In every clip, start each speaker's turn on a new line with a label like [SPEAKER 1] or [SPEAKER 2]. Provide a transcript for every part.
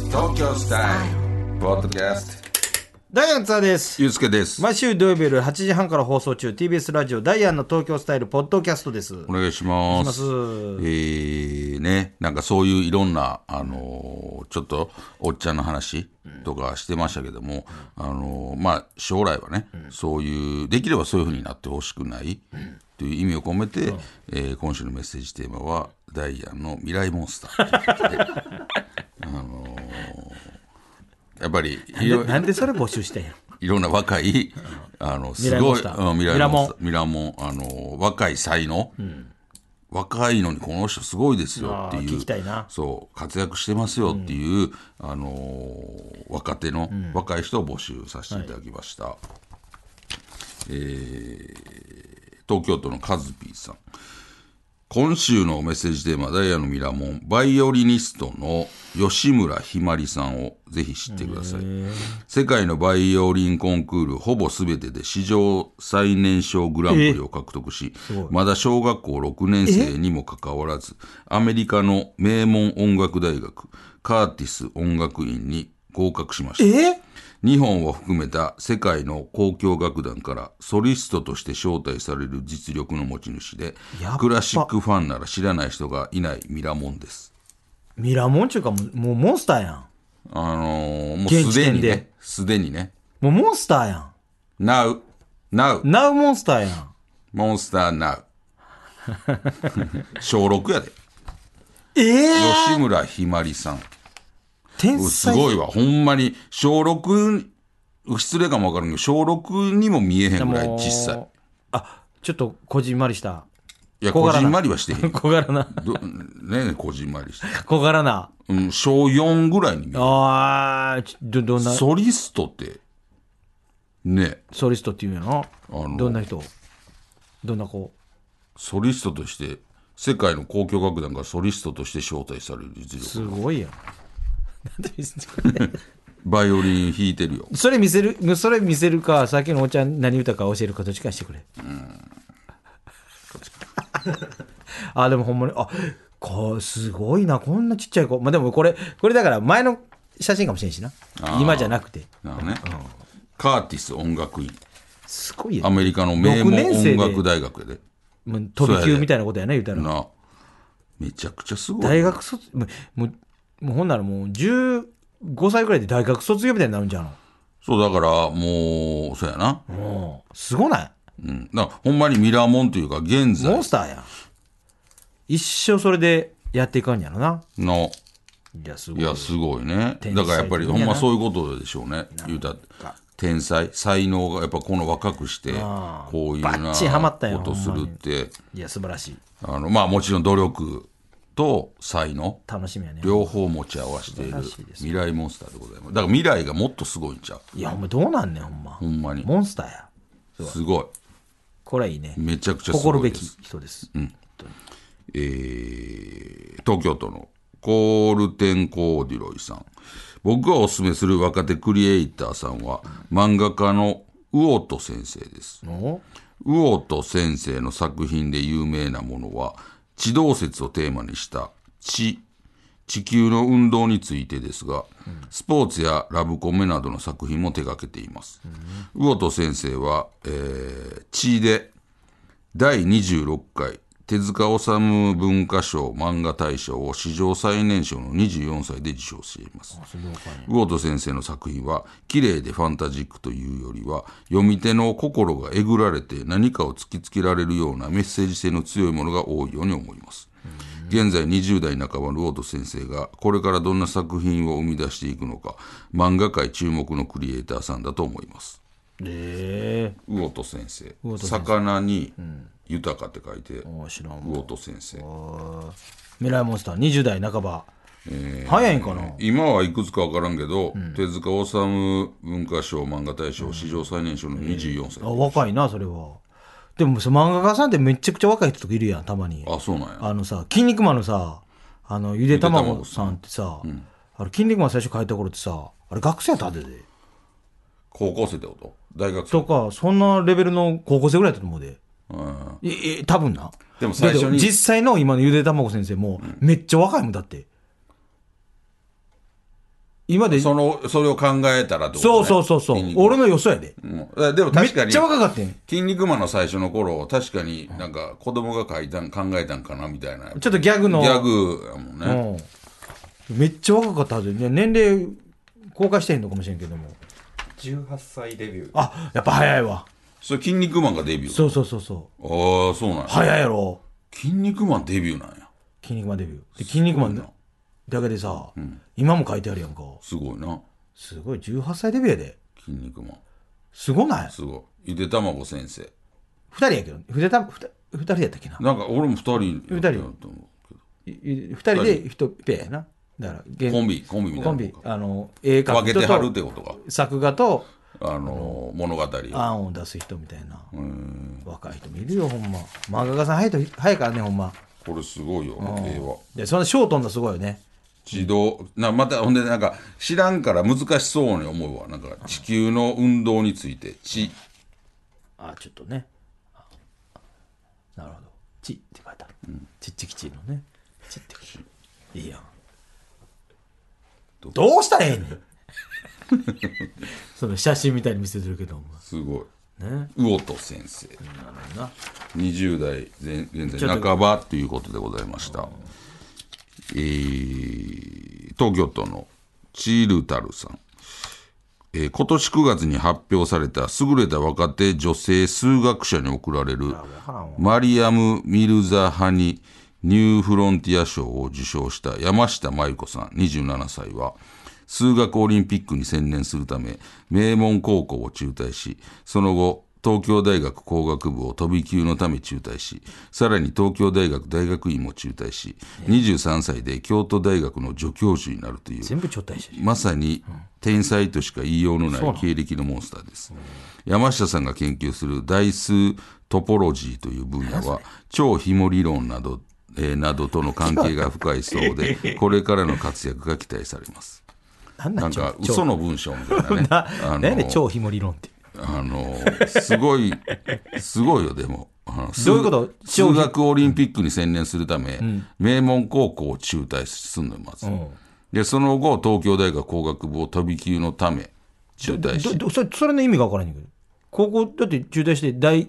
[SPEAKER 1] スタイルポッドキャスト
[SPEAKER 2] ダイアンツァーです。
[SPEAKER 1] ゆうすけです、
[SPEAKER 2] 毎週土曜日夜8時半から放送中、TBS ラジオダイアンの東京スタイルポッドキャストです。
[SPEAKER 1] お願いします
[SPEAKER 2] お願いします
[SPEAKER 1] えーねなんかそういういろんなあのーちょっとおっちゃんの話とかしてましたけども、あのーまあ将来はね、そういうできればそういうふうになってほしくないという意味を込めて、えー今週のメッセージテーマは「ダイアンの未来モンスター」ということで あのーやっぱりいろ
[SPEAKER 2] なんでそれ募集してんや
[SPEAKER 1] いろんな若い、あの、すごい、
[SPEAKER 2] ミライモンスター
[SPEAKER 1] うんミライモンスターミラモン、あの、若い才能。若いのにこの人すごいですよってい
[SPEAKER 2] あー
[SPEAKER 1] う
[SPEAKER 2] 聞きたいな
[SPEAKER 1] そう活躍してますよっていう、あのー若手の、若い人を募集させていただきました、えー東京都のカズピーさん今週のメッセージテーマ「ダイヤのミラモン」バイオリニストの吉村ひまりさんをぜひ知ってください世界のバイオリンコンクールほぼ全てで史上最年少グランプリを獲得しまだ小学校6年生にもかかわらずアメリカの名門音楽大学カーティス音楽院に合格しました
[SPEAKER 2] え
[SPEAKER 1] 日本を含めた世界の交響楽団からソリストとして招待される実力の持ち主で
[SPEAKER 2] やっぱ
[SPEAKER 1] クラシックファンなら知らない人がいないミラモンです
[SPEAKER 2] ミラモンちゅうかもう、もうモンスターやん。
[SPEAKER 1] あのーもう
[SPEAKER 2] 現
[SPEAKER 1] す
[SPEAKER 2] 時
[SPEAKER 1] でに
[SPEAKER 2] 点
[SPEAKER 1] ね
[SPEAKER 2] で
[SPEAKER 1] すでにね
[SPEAKER 2] もうモンスターや
[SPEAKER 1] Now Now
[SPEAKER 2] ん。ナウモンスターやん。
[SPEAKER 1] モンスター Now 小6やで
[SPEAKER 2] ええ
[SPEAKER 1] 吉村ひまりさん
[SPEAKER 2] 天才。
[SPEAKER 1] すごいわほんまに小6失礼かもわかるけど小6にも見えへんぐらい小さい
[SPEAKER 2] もう。あ、ちょっとこじんまりした。
[SPEAKER 1] いや
[SPEAKER 2] 小
[SPEAKER 1] こ
[SPEAKER 2] 柄な
[SPEAKER 1] じんまりはしてへん
[SPEAKER 2] 小柄な。
[SPEAKER 1] どねえこじんまりして
[SPEAKER 2] 小柄な。
[SPEAKER 1] うん、小4ぐらいに見える
[SPEAKER 2] あー、ちど、どんな、
[SPEAKER 1] ソリストって、ね、
[SPEAKER 2] ソリストっていうんやな。
[SPEAKER 1] の
[SPEAKER 2] どんな人どんな子
[SPEAKER 1] ソリストとして、世界の交響楽団からソリストとして招待される実力。
[SPEAKER 2] すごいやん。なんで見せてくれん
[SPEAKER 1] バイオリン弾いてるよ。
[SPEAKER 2] それ見せる、それ見せるか、さっきのお茶何歌か教えるか、どっちかにしてくれ。あ、でもほんまに、あ、こう、すごいな、こんなちっちゃい子。まあ、でもこれ、これだから前の写真かもしれんしな
[SPEAKER 1] あ。ー
[SPEAKER 2] 今じゃなくて。
[SPEAKER 1] なのね。カーティス音楽院。
[SPEAKER 2] すごいよ
[SPEAKER 1] ア。メリカの名門
[SPEAKER 2] 六年生
[SPEAKER 1] 音
[SPEAKER 2] で
[SPEAKER 1] 楽大学やで。
[SPEAKER 2] もう飛び
[SPEAKER 1] そうや
[SPEAKER 2] 級
[SPEAKER 1] で
[SPEAKER 2] みたいなことやね、言うたら。
[SPEAKER 1] な、めちゃくちゃすごい。
[SPEAKER 2] 大学卒、もう、もうもうほんならもう15歳ぐらいで大学卒業みたいになるんじゃん。
[SPEAKER 1] そう、だから、もう、そうやな。
[SPEAKER 2] もう、すごない
[SPEAKER 1] うん。だからほんまにミラーモンというか、現
[SPEAKER 2] モ
[SPEAKER 1] 在
[SPEAKER 2] ンスターやん。一生それでやっていかんやろな。
[SPEAKER 1] の、
[SPEAKER 2] いや、すご
[SPEAKER 1] い
[SPEAKER 2] い。
[SPEAKER 1] や、すごいね。
[SPEAKER 2] 天
[SPEAKER 1] だ
[SPEAKER 2] 才
[SPEAKER 1] からやっぱり、
[SPEAKER 2] 的な
[SPEAKER 1] ほんまそういうことでしょうね。言うたって天才、才能がやっぱこの若くして、
[SPEAKER 2] あー
[SPEAKER 1] こういう
[SPEAKER 2] バ
[SPEAKER 1] な
[SPEAKER 2] ッチリハマったよ
[SPEAKER 1] ことするって、
[SPEAKER 2] いや、素晴らしい。
[SPEAKER 1] あの、まあもちろん努力と才能、
[SPEAKER 2] 楽しみやね。
[SPEAKER 1] 両方持ち合わせている
[SPEAKER 2] 素晴らしいです
[SPEAKER 1] 未来モンスターでございます。だから未来がもっとすごいんちゃう
[SPEAKER 2] いや、ほんまどうなんねん、ほんま。
[SPEAKER 1] ほんまに。
[SPEAKER 2] モンスターや。
[SPEAKER 1] すごい。
[SPEAKER 2] これはいいね。
[SPEAKER 1] めちゃくちゃす
[SPEAKER 2] 誇る
[SPEAKER 1] ごい
[SPEAKER 2] べ
[SPEAKER 1] で
[SPEAKER 2] き
[SPEAKER 1] す。
[SPEAKER 2] 人です。
[SPEAKER 1] えー東京都のコールテン・コーディロイさん。僕がおすすめする若手クリエイターさんは、漫画家の魚戸先生です。
[SPEAKER 2] お
[SPEAKER 1] 魚戸先生の作品で有名なものは、地動説をテーマにした地、地球の運動についてですが、スポーツやラブコメなどの作品も手掛けています。魚戸先生は、えー、地で第26回手塚治虫文化賞漫画大賞を史上最年少の24歳で受賞しています。
[SPEAKER 2] それどうかね
[SPEAKER 1] ウォート先生の作品は綺麗でファンタジックというよりは読み手の心がえぐられて何かを突きつけられるようなメッセージ性の強いものが多いように思います現在20代半ばのウォート先生がこれからどんな作品を生み出していくのか漫画界注目のクリエイターさんだと思います
[SPEAKER 2] え
[SPEAKER 1] ウォート先生
[SPEAKER 2] 魚戸先生
[SPEAKER 1] 魚に豊かって書いて、
[SPEAKER 2] え。お知らん
[SPEAKER 1] ウ
[SPEAKER 2] わ。
[SPEAKER 1] ォート先生
[SPEAKER 2] 未来モンスター、20代半ば。早いんかな
[SPEAKER 1] 今はいくつか分からんけど、手塚治虫文化賞漫画大賞史上最年少の24歳、
[SPEAKER 2] あ、若いな、それは。でもさ、漫画家さんってめちゃくちゃ若い人とかいるやん、たまに。
[SPEAKER 1] あそうなんや
[SPEAKER 2] あのさ、筋肉マンのさ、あの、ゆで卵さんってさ、あれ、筋肉マン最初書いた頃ってさ、あれ学生やったはずやで。
[SPEAKER 1] 高校生ってこと大学生
[SPEAKER 2] とか、そんなレベルの高校生ぐらいだったと思うで。
[SPEAKER 1] うん
[SPEAKER 2] え、え、多分な。
[SPEAKER 1] でも最初に
[SPEAKER 2] だって実際の今のゆで卵先生も、めっちゃ若いもんだって。今で、そ
[SPEAKER 1] そのそれを考えたらってことね
[SPEAKER 2] うそうそうそう
[SPEAKER 1] 筋、肉
[SPEAKER 2] 俺の予想やで。
[SPEAKER 1] うんだでも
[SPEAKER 2] め
[SPEAKER 1] 確か
[SPEAKER 2] っ
[SPEAKER 1] に
[SPEAKER 2] ちゃ若かったん。
[SPEAKER 1] 筋肉マンの最初の頃確かになんか子供が書いたん考えたんかなみたいな
[SPEAKER 2] ちょっとギャグの。
[SPEAKER 1] ギャグやもんね、
[SPEAKER 2] うん。めっちゃ若かったはず。ね年齢公開してへんのかもしれんけども。
[SPEAKER 3] 18歳デビュー
[SPEAKER 2] あ、やっぱ早いわ。
[SPEAKER 1] それ筋肉マンがデビュー
[SPEAKER 2] そうそうそうそう。
[SPEAKER 1] ああそうなんや、
[SPEAKER 2] 早いやろ。
[SPEAKER 1] 筋肉マンデビューなんや
[SPEAKER 2] 筋肉マンデビュー。で、筋肉マンだけでさ、今も書いてあるやんか。
[SPEAKER 1] すごいな
[SPEAKER 2] すごい、18歳デビューやで。
[SPEAKER 1] 筋肉マン
[SPEAKER 2] すごない
[SPEAKER 1] すごいゆで卵先生
[SPEAKER 2] 二人やけど、ふでた、ふた二人やったっけな。
[SPEAKER 1] なんか俺も二人
[SPEAKER 2] 人
[SPEAKER 1] だと思うけ
[SPEAKER 2] いい二人で一ペアやな。だから、現
[SPEAKER 1] どコンビコンビみた
[SPEAKER 2] コ
[SPEAKER 1] い
[SPEAKER 2] ン
[SPEAKER 1] な
[SPEAKER 2] ビ
[SPEAKER 1] もん、か
[SPEAKER 2] あの、映画
[SPEAKER 1] 分けてはるっ
[SPEAKER 2] と
[SPEAKER 1] てことか
[SPEAKER 2] 作画と
[SPEAKER 1] あのー物語を
[SPEAKER 2] 案を出す人みたいな。
[SPEAKER 1] うん
[SPEAKER 2] 若い人もいるよ、ほんま。漫画家さん早いと、早いからね、ほんま。
[SPEAKER 1] これすごいよ絵は
[SPEAKER 2] で、そんな賞取んのすごいよね。
[SPEAKER 1] 自動なまたほんでなんか知らんから難しそうに思うわなんか地球の運動について地
[SPEAKER 2] あ、ちょっとね。あなるほど。ちって書いてある。ちっちきちのね。ちってきち。いいやん。どうしたらええねん その写真みたいに見せてるけど、お前
[SPEAKER 1] すごい
[SPEAKER 2] ね。
[SPEAKER 1] 魚戸先生
[SPEAKER 2] なるほどな。
[SPEAKER 1] 20代前現
[SPEAKER 2] ちょっ
[SPEAKER 1] 在
[SPEAKER 2] と
[SPEAKER 1] 半ばということでございました、えー東京都のチールタルさん、えー今年9月に発表された優れた若手女性数学者に贈られるマリアム・ミルザハニ・ニューフロンティア賞を受賞した山下麻由子さん27歳は数学オリンピックに専念するため名門高校を中退しその後東京大学工学部を飛び級のため中退し、さらに東京大学大学院も中退し、23歳で京都大学の助教授になるという、
[SPEAKER 2] 全部頂戴してる。
[SPEAKER 1] まさに天才としか言いようのない経歴のモンスターです。山下さんが研究する代数トポロジーという分 野は、超ひも理論など、えーなどとの関係が深いそう で、これからの活躍が期待されます。
[SPEAKER 2] なん
[SPEAKER 1] な
[SPEAKER 2] なん ん
[SPEAKER 1] か
[SPEAKER 2] 超。
[SPEAKER 1] 嘘の文章みたい なね
[SPEAKER 2] な、なんやねん超ひも理論って。
[SPEAKER 1] あの、すごい、すごいよ、でも。あの数
[SPEAKER 2] どういうこと
[SPEAKER 1] 数学オリンピックに専念するため、名門高校を中退すんのよ、まず。で、その後、東京大学工学部を飛び級のため、中退
[SPEAKER 2] ど
[SPEAKER 1] し、
[SPEAKER 2] どそれそれの意味が分からへんねんけど。高校、だって中退して大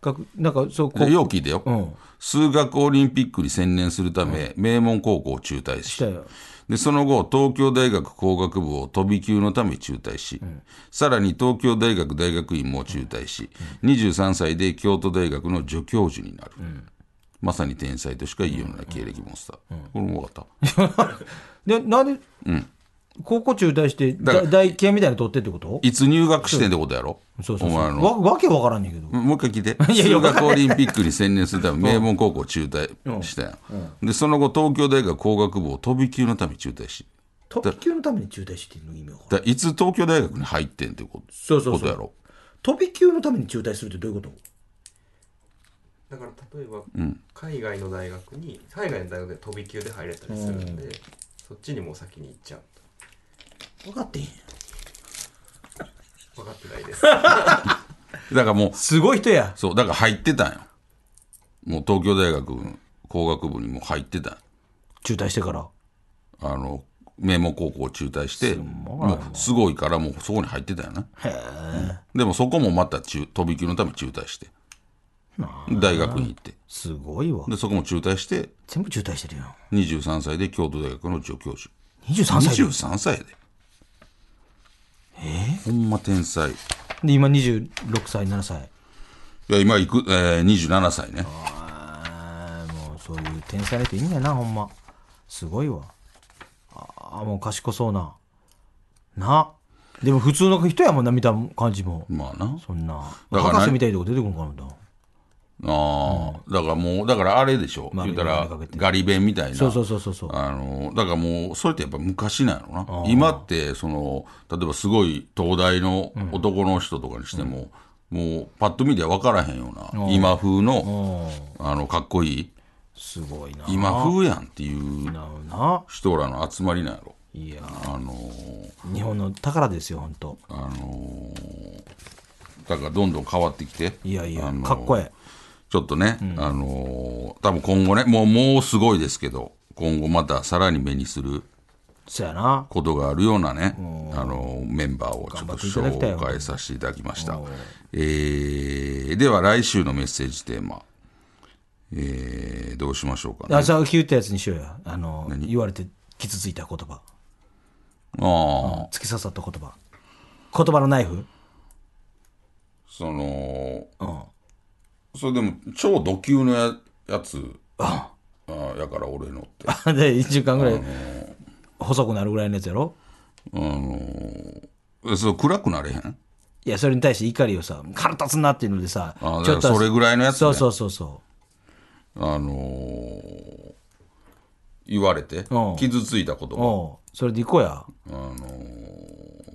[SPEAKER 2] 学、なんかそう、こ
[SPEAKER 1] で
[SPEAKER 2] う、
[SPEAKER 1] よう聞いてよ、
[SPEAKER 2] うん。
[SPEAKER 1] 数学オリンピックに専念するため、名門高校を中退
[SPEAKER 2] し、
[SPEAKER 1] した
[SPEAKER 2] よ。
[SPEAKER 1] で、その後、東京大学工学部を飛び級のため中退し、さらに東京大学大学院も中退し、23歳で京都大学の助教授になる。まさに天才としか言いようのない経歴モンスター。これも分かった。
[SPEAKER 2] で、なんで、高校中退して、
[SPEAKER 1] から
[SPEAKER 2] だ大系みたいなの取ってってこと
[SPEAKER 1] いつ入学してんってことやろ
[SPEAKER 2] そうそう
[SPEAKER 1] お
[SPEAKER 2] そう。
[SPEAKER 1] 前の。
[SPEAKER 2] わわけ分からんねんけど。
[SPEAKER 1] もう一回聞いて。
[SPEAKER 2] いやい
[SPEAKER 1] 数
[SPEAKER 2] や
[SPEAKER 1] 学オリンピックに専念するため、名門高校を中退したやん。で、その後、東京大学工学部を飛び級のため中退し。
[SPEAKER 2] 特級のために中退してるの意味が分からん
[SPEAKER 1] だからいつ東京大学に入ってんってこと
[SPEAKER 2] そうそ
[SPEAKER 1] こ
[SPEAKER 2] うそう
[SPEAKER 1] とやろ
[SPEAKER 2] 飛び級のために中退するってどういうこと
[SPEAKER 3] だから例えば、海外の大学に海外の大学で飛び級で入れたりするんで、そっちにもう先に行っちゃう
[SPEAKER 2] 分かってへんやん
[SPEAKER 3] 分かってないです
[SPEAKER 1] だからもう、
[SPEAKER 2] すごい人や。
[SPEAKER 1] そう、だから入ってたんよ。もう東京大学工学部にもう入ってたんよ
[SPEAKER 2] 中退してから。
[SPEAKER 1] あの、名門高校を中退して、
[SPEAKER 2] い
[SPEAKER 1] もうすごいからもうそこに入ってたよな。うんでもそこもまた中飛び級のため中退して。大学に行って。
[SPEAKER 2] すごいわ。
[SPEAKER 1] で、そこも中退して、
[SPEAKER 2] 全部中退してるやん。
[SPEAKER 1] 23歳で京都大学の助教授。
[SPEAKER 2] 23歳で
[SPEAKER 1] 23歳やで。えほんま天才。い
[SPEAKER 2] で、今26歳、7歳。
[SPEAKER 1] や、今行く、えー、27歳ね。
[SPEAKER 2] あーもうそういう天才の人いいんだよなほんますごいわああもう賢そうななでも普通の人やもんな見た感じも
[SPEAKER 1] まあな。
[SPEAKER 2] そんな
[SPEAKER 1] だからね
[SPEAKER 2] 博士みたいなとこ出てくるのかな
[SPEAKER 1] ああ、だからもう、だからあれでしょ、
[SPEAKER 2] まあ
[SPEAKER 1] 言うたら
[SPEAKER 2] 眼鏡かけ、て
[SPEAKER 1] ガリ弁みたいな。
[SPEAKER 2] そうそうそうそうそう
[SPEAKER 1] あの、だからもう、それってやっぱ昔なんやろな。今って、その、例えばすごい東大の男の人とかにしても、もう、パッと見では分からへんような、今風の、あの、かっこいい、
[SPEAKER 2] すごいな
[SPEAKER 1] 今風やんっていう
[SPEAKER 2] なうな
[SPEAKER 1] 人らの集まりなんやろ。
[SPEAKER 2] いや
[SPEAKER 1] あのー
[SPEAKER 2] 日本の宝ですよほんと
[SPEAKER 1] あのーだからどんどん変わってきて。
[SPEAKER 2] いやいや
[SPEAKER 1] あのー
[SPEAKER 2] かっこえ
[SPEAKER 1] ちょっとね、あのー多分今後ね、もう、もうすごいですけど、今後またさらに目にする、
[SPEAKER 2] えそやな。
[SPEAKER 1] ことがあるようなね、あのメンバーをちょっと
[SPEAKER 2] 頑張っていただ
[SPEAKER 1] 紹
[SPEAKER 2] きたい
[SPEAKER 1] 介
[SPEAKER 2] よ
[SPEAKER 1] させていただきました
[SPEAKER 2] おー。
[SPEAKER 1] えーでは来週のメッセージテーマ、えーどうしましょうかね。
[SPEAKER 2] あ、じゃあ、言ったやつにしようや。あの、言われて傷ついた言葉。
[SPEAKER 1] ああ、
[SPEAKER 2] 突き刺さった言葉。言葉のナイフ
[SPEAKER 1] その、
[SPEAKER 2] うん。
[SPEAKER 1] それでも超ド級のややつあーやから俺のって。
[SPEAKER 2] あで、1時 間ぐらい、細くなるぐらいのやつやろ
[SPEAKER 1] あのーそう暗くなれへん
[SPEAKER 2] いや、それに対して怒りをさ、腹立つなっていうのでさ、
[SPEAKER 1] あ
[SPEAKER 2] ちょっと
[SPEAKER 1] それぐらいのやつね
[SPEAKER 2] そうそうそうそ
[SPEAKER 1] あのー言われて
[SPEAKER 2] うん
[SPEAKER 1] 傷ついたこと
[SPEAKER 2] う。
[SPEAKER 1] が
[SPEAKER 2] おうそれで行こうや。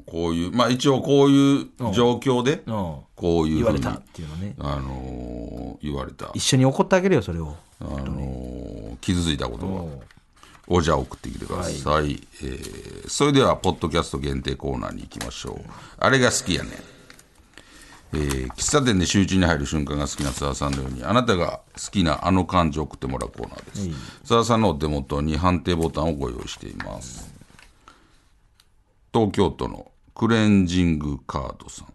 [SPEAKER 1] こういうまあ一応こういう状況で
[SPEAKER 2] うん。
[SPEAKER 1] こういう
[SPEAKER 2] 言
[SPEAKER 1] ふ
[SPEAKER 2] わ
[SPEAKER 1] う
[SPEAKER 2] れ
[SPEAKER 1] に
[SPEAKER 2] たっていうのね。
[SPEAKER 1] あのー言われた、
[SPEAKER 2] 一緒に怒ってあげるよ、それを。
[SPEAKER 1] あのー傷ついたことがをじゃあ送ってきてください、えーそれではポッドキャスト限定コーナーに行きましょうあれが好きやねんえー喫茶店で集中に入る瞬間が好きな津田さんのようにあなたが好きなあの漢字を送ってもらうコーナーです、津田さんのお手元に判定ボタンをご用意しています、東京都のクレンジングカードさん、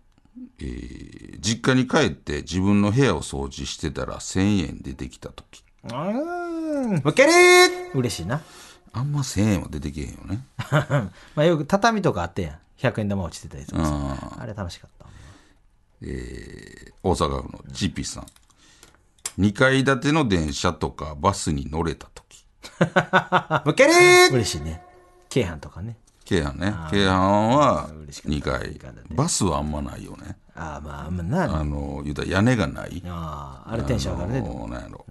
[SPEAKER 1] えー実家に帰って自分の部屋を掃除してたら1000円出てきた時
[SPEAKER 2] うーん。わかるー嬉しいな。
[SPEAKER 1] あんま1000円は出てけへんよね
[SPEAKER 2] まあよく畳とかあってやん。100円玉落ちてたりとかさ。あれ楽しかった。
[SPEAKER 1] 大阪府のジピさん2階建ての電車とかバスに乗れた時
[SPEAKER 2] わかるー嬉しいね。京阪とかね。
[SPEAKER 1] 京阪ね京阪は
[SPEAKER 2] 嬉しかった
[SPEAKER 1] 2階
[SPEAKER 2] 二階建
[SPEAKER 1] バスはあんまないよね
[SPEAKER 2] ああ、まあ、あんまな。あ
[SPEAKER 1] あの言うたら屋根がない
[SPEAKER 2] あ、あれテンション上がるね。でも
[SPEAKER 1] もうなんやろ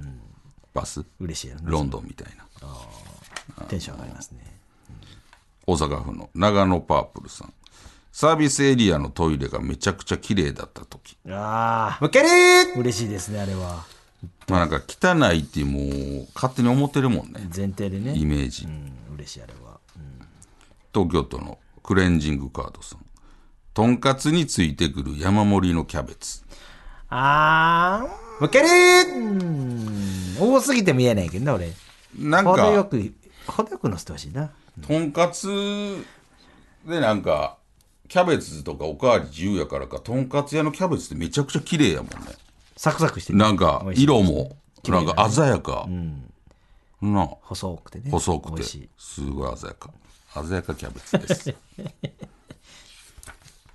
[SPEAKER 1] バス
[SPEAKER 2] 嬉しいよね。
[SPEAKER 1] ロンドンみたいな
[SPEAKER 2] テンション上がりますね。
[SPEAKER 1] 大阪府の長野パープルさんサービスエリアのトイレがめちゃくちゃ綺麗だった時
[SPEAKER 2] ああ、わかるー嬉しいですね、あれは。
[SPEAKER 1] まあなんか汚いってもう勝手に思ってるもんね
[SPEAKER 2] 前提でね。
[SPEAKER 1] イメージ
[SPEAKER 2] うん、嬉しい、あれは。
[SPEAKER 1] 東京都のクレンジングカードさんとんかつについてくる山盛りのキャベツ
[SPEAKER 2] ああ、わかるーうん多すぎても言えないけどな、俺。
[SPEAKER 1] なん
[SPEAKER 2] 程よ
[SPEAKER 1] か
[SPEAKER 2] く、程よく乗せてほしいな。
[SPEAKER 1] とんかつでなんかキャベツとかおかわり自由やからかとんかつ屋のキャベツってめちゃくちゃ綺麗やもんね
[SPEAKER 2] サクサクしてる。
[SPEAKER 1] なんか
[SPEAKER 2] 美味しい
[SPEAKER 1] 色もなんか鮮やか、なあ
[SPEAKER 2] 細くてね。
[SPEAKER 1] 細く
[SPEAKER 2] 美
[SPEAKER 1] て
[SPEAKER 2] 味しい。
[SPEAKER 1] すごい鮮やか鮮やかキャベツです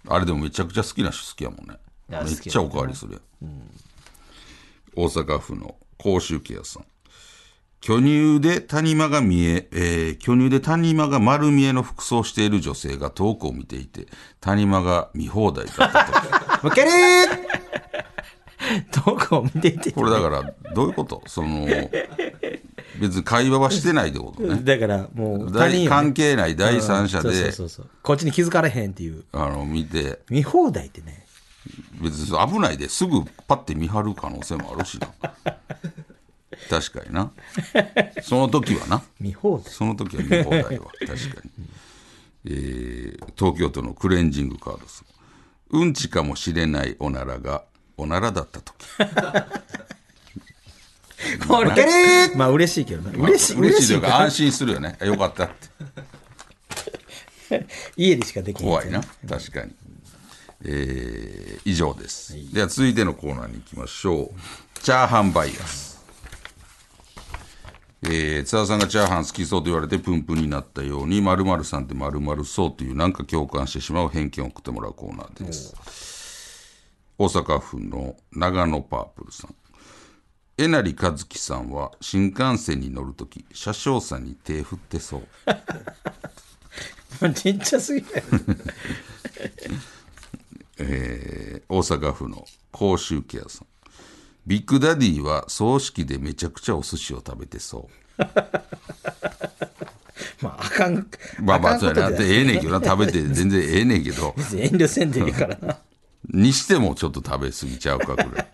[SPEAKER 1] あれでもめちゃくちゃ好きな人好きやもんね
[SPEAKER 2] いや
[SPEAKER 1] めっ
[SPEAKER 2] 好き
[SPEAKER 1] ちゃ
[SPEAKER 2] や
[SPEAKER 1] おかわりするやん、大阪府の甲州家屋さん巨乳で谷間が見ええー巨乳で谷間が丸見えの服装をしている女性が遠くを見ていて谷間が見放題だったと
[SPEAKER 2] わかるーどこを見ていて。
[SPEAKER 1] これだから どういうことその別に会話はしてないってことね
[SPEAKER 2] だからもう他
[SPEAKER 1] 大
[SPEAKER 2] 人よね
[SPEAKER 1] 関係ない第三者
[SPEAKER 2] そうそ
[SPEAKER 1] で
[SPEAKER 2] うそうそうこっちに気づかれへんっていう
[SPEAKER 1] あの見て
[SPEAKER 2] 見放題ってね
[SPEAKER 1] 別に危ないですぐパッて見張る可能性もあるしな確かになその時はな
[SPEAKER 2] 見放題
[SPEAKER 1] その時は見放題は確かに、えー東京都のクレンジングカードですうんちかもしれないおならがおならだった時
[SPEAKER 2] これまあ嬉しいけどな嬉しい
[SPEAKER 1] 嬉しいという
[SPEAKER 2] け
[SPEAKER 1] か
[SPEAKER 2] ど
[SPEAKER 1] 安心するよねよかったって
[SPEAKER 2] 家でしかできない
[SPEAKER 1] 怖いな確かに、えー以上です、では続いてのコーナーに行きましょうチャーハンバイアス、えー、津田さんがチャーハン好きそうと言われてプンプンになったように〇〇さんって〇〇そうというなんか共感してしまう偏見を送ってもらうコーナーです大阪府の長野パープルさんえなりかずきさんは新幹線に乗るとき車掌さんに手振ってそう
[SPEAKER 2] ちっちゃすぎる
[SPEAKER 1] えー大阪府の甲州家屋さんビッグダディは葬式でめちゃくちゃお寿司を食べてそ
[SPEAKER 2] まああかん
[SPEAKER 1] うまあまあ
[SPEAKER 2] かん
[SPEAKER 1] そ
[SPEAKER 2] こ
[SPEAKER 1] うや
[SPEAKER 2] と
[SPEAKER 1] な
[SPEAKER 2] で
[SPEAKER 1] でええねんけどな食べて全然ええねんけど
[SPEAKER 2] 別に遠慮せんでいいからな
[SPEAKER 1] にしてもちょっと食べ過ぎちゃうかこ れ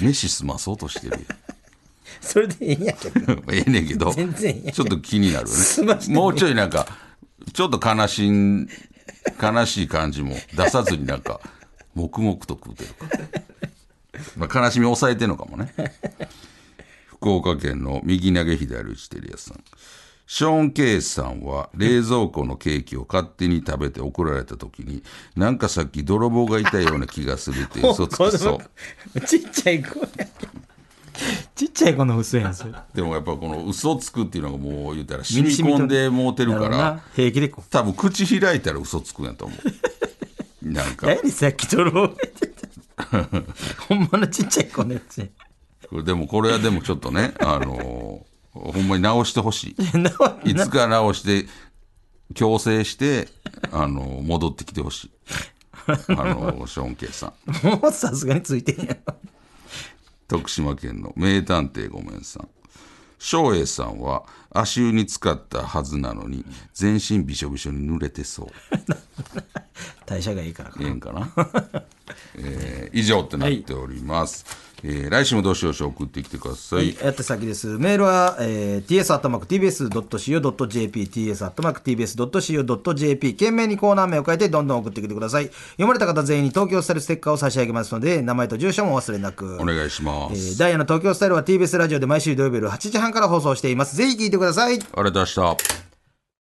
[SPEAKER 1] 飯済まそうとしてる
[SPEAKER 2] それでいいんやけど
[SPEAKER 1] やんええねんけど
[SPEAKER 2] 全然ええやん
[SPEAKER 1] ちょっと気になる
[SPEAKER 2] 済
[SPEAKER 1] よ
[SPEAKER 2] ま
[SPEAKER 1] ね
[SPEAKER 2] してね
[SPEAKER 1] もうちょいなんかちょっと悲しん悲しい感じも出さずになん か黙々と食うてるから、まあ、悲しみ抑えてんのかもね福岡県の右投げ左打ちテリアさん。ショーン・ケイスさんは冷蔵庫のケーキを勝手に食べて怒られた時に、なんかさっき泥棒がいたような気がするって 嘘つ きそう。
[SPEAKER 2] ちっちゃい子やちっちゃい子の嘘やんそれ
[SPEAKER 1] でもやっぱこの嘘つくっていうのがもう言ったら染み込んでもうてるか
[SPEAKER 2] やろ
[SPEAKER 1] ら
[SPEAKER 2] な、平気でこう
[SPEAKER 1] 多分口開いたら嘘つくんやと思う。なんか、
[SPEAKER 2] 何さっき泥棒って言ってたほんまのちっちゃい子のやつや
[SPEAKER 1] これでもこれはでもちょっとね、あのーほんまに直してほしい。
[SPEAKER 2] なわ
[SPEAKER 1] いつか直して、強制して、あのー戻ってきてほしい。あのーショーン・ケイさん。
[SPEAKER 2] もうさすがについてんやろ
[SPEAKER 1] 徳島県の名探偵ごめんさん翔英さんは足湯に浸かったはずなのに全身びしょびしょに濡れてそう
[SPEAKER 2] 代謝がいいからか
[SPEAKER 1] ええんかな、えー以上ってなっております、えー来週もどしどし送ってきてください、
[SPEAKER 2] はい、やって先です。メールは、えー、ts.tbs.co.jp、ts.tbs.co.jp、懸命にコーナー名を変えてどんどん送ってきてください。読まれた方全員に東京スタイルステッカーを差し上げますので、名前と住所もお忘れなく。
[SPEAKER 1] お願いしま
[SPEAKER 2] え
[SPEAKER 1] す、
[SPEAKER 2] ーダイヤの東京スタイルは TBS ラジオで毎週土曜日夜8時半から放送しています。ぜひ聞いてください。
[SPEAKER 1] あれ出した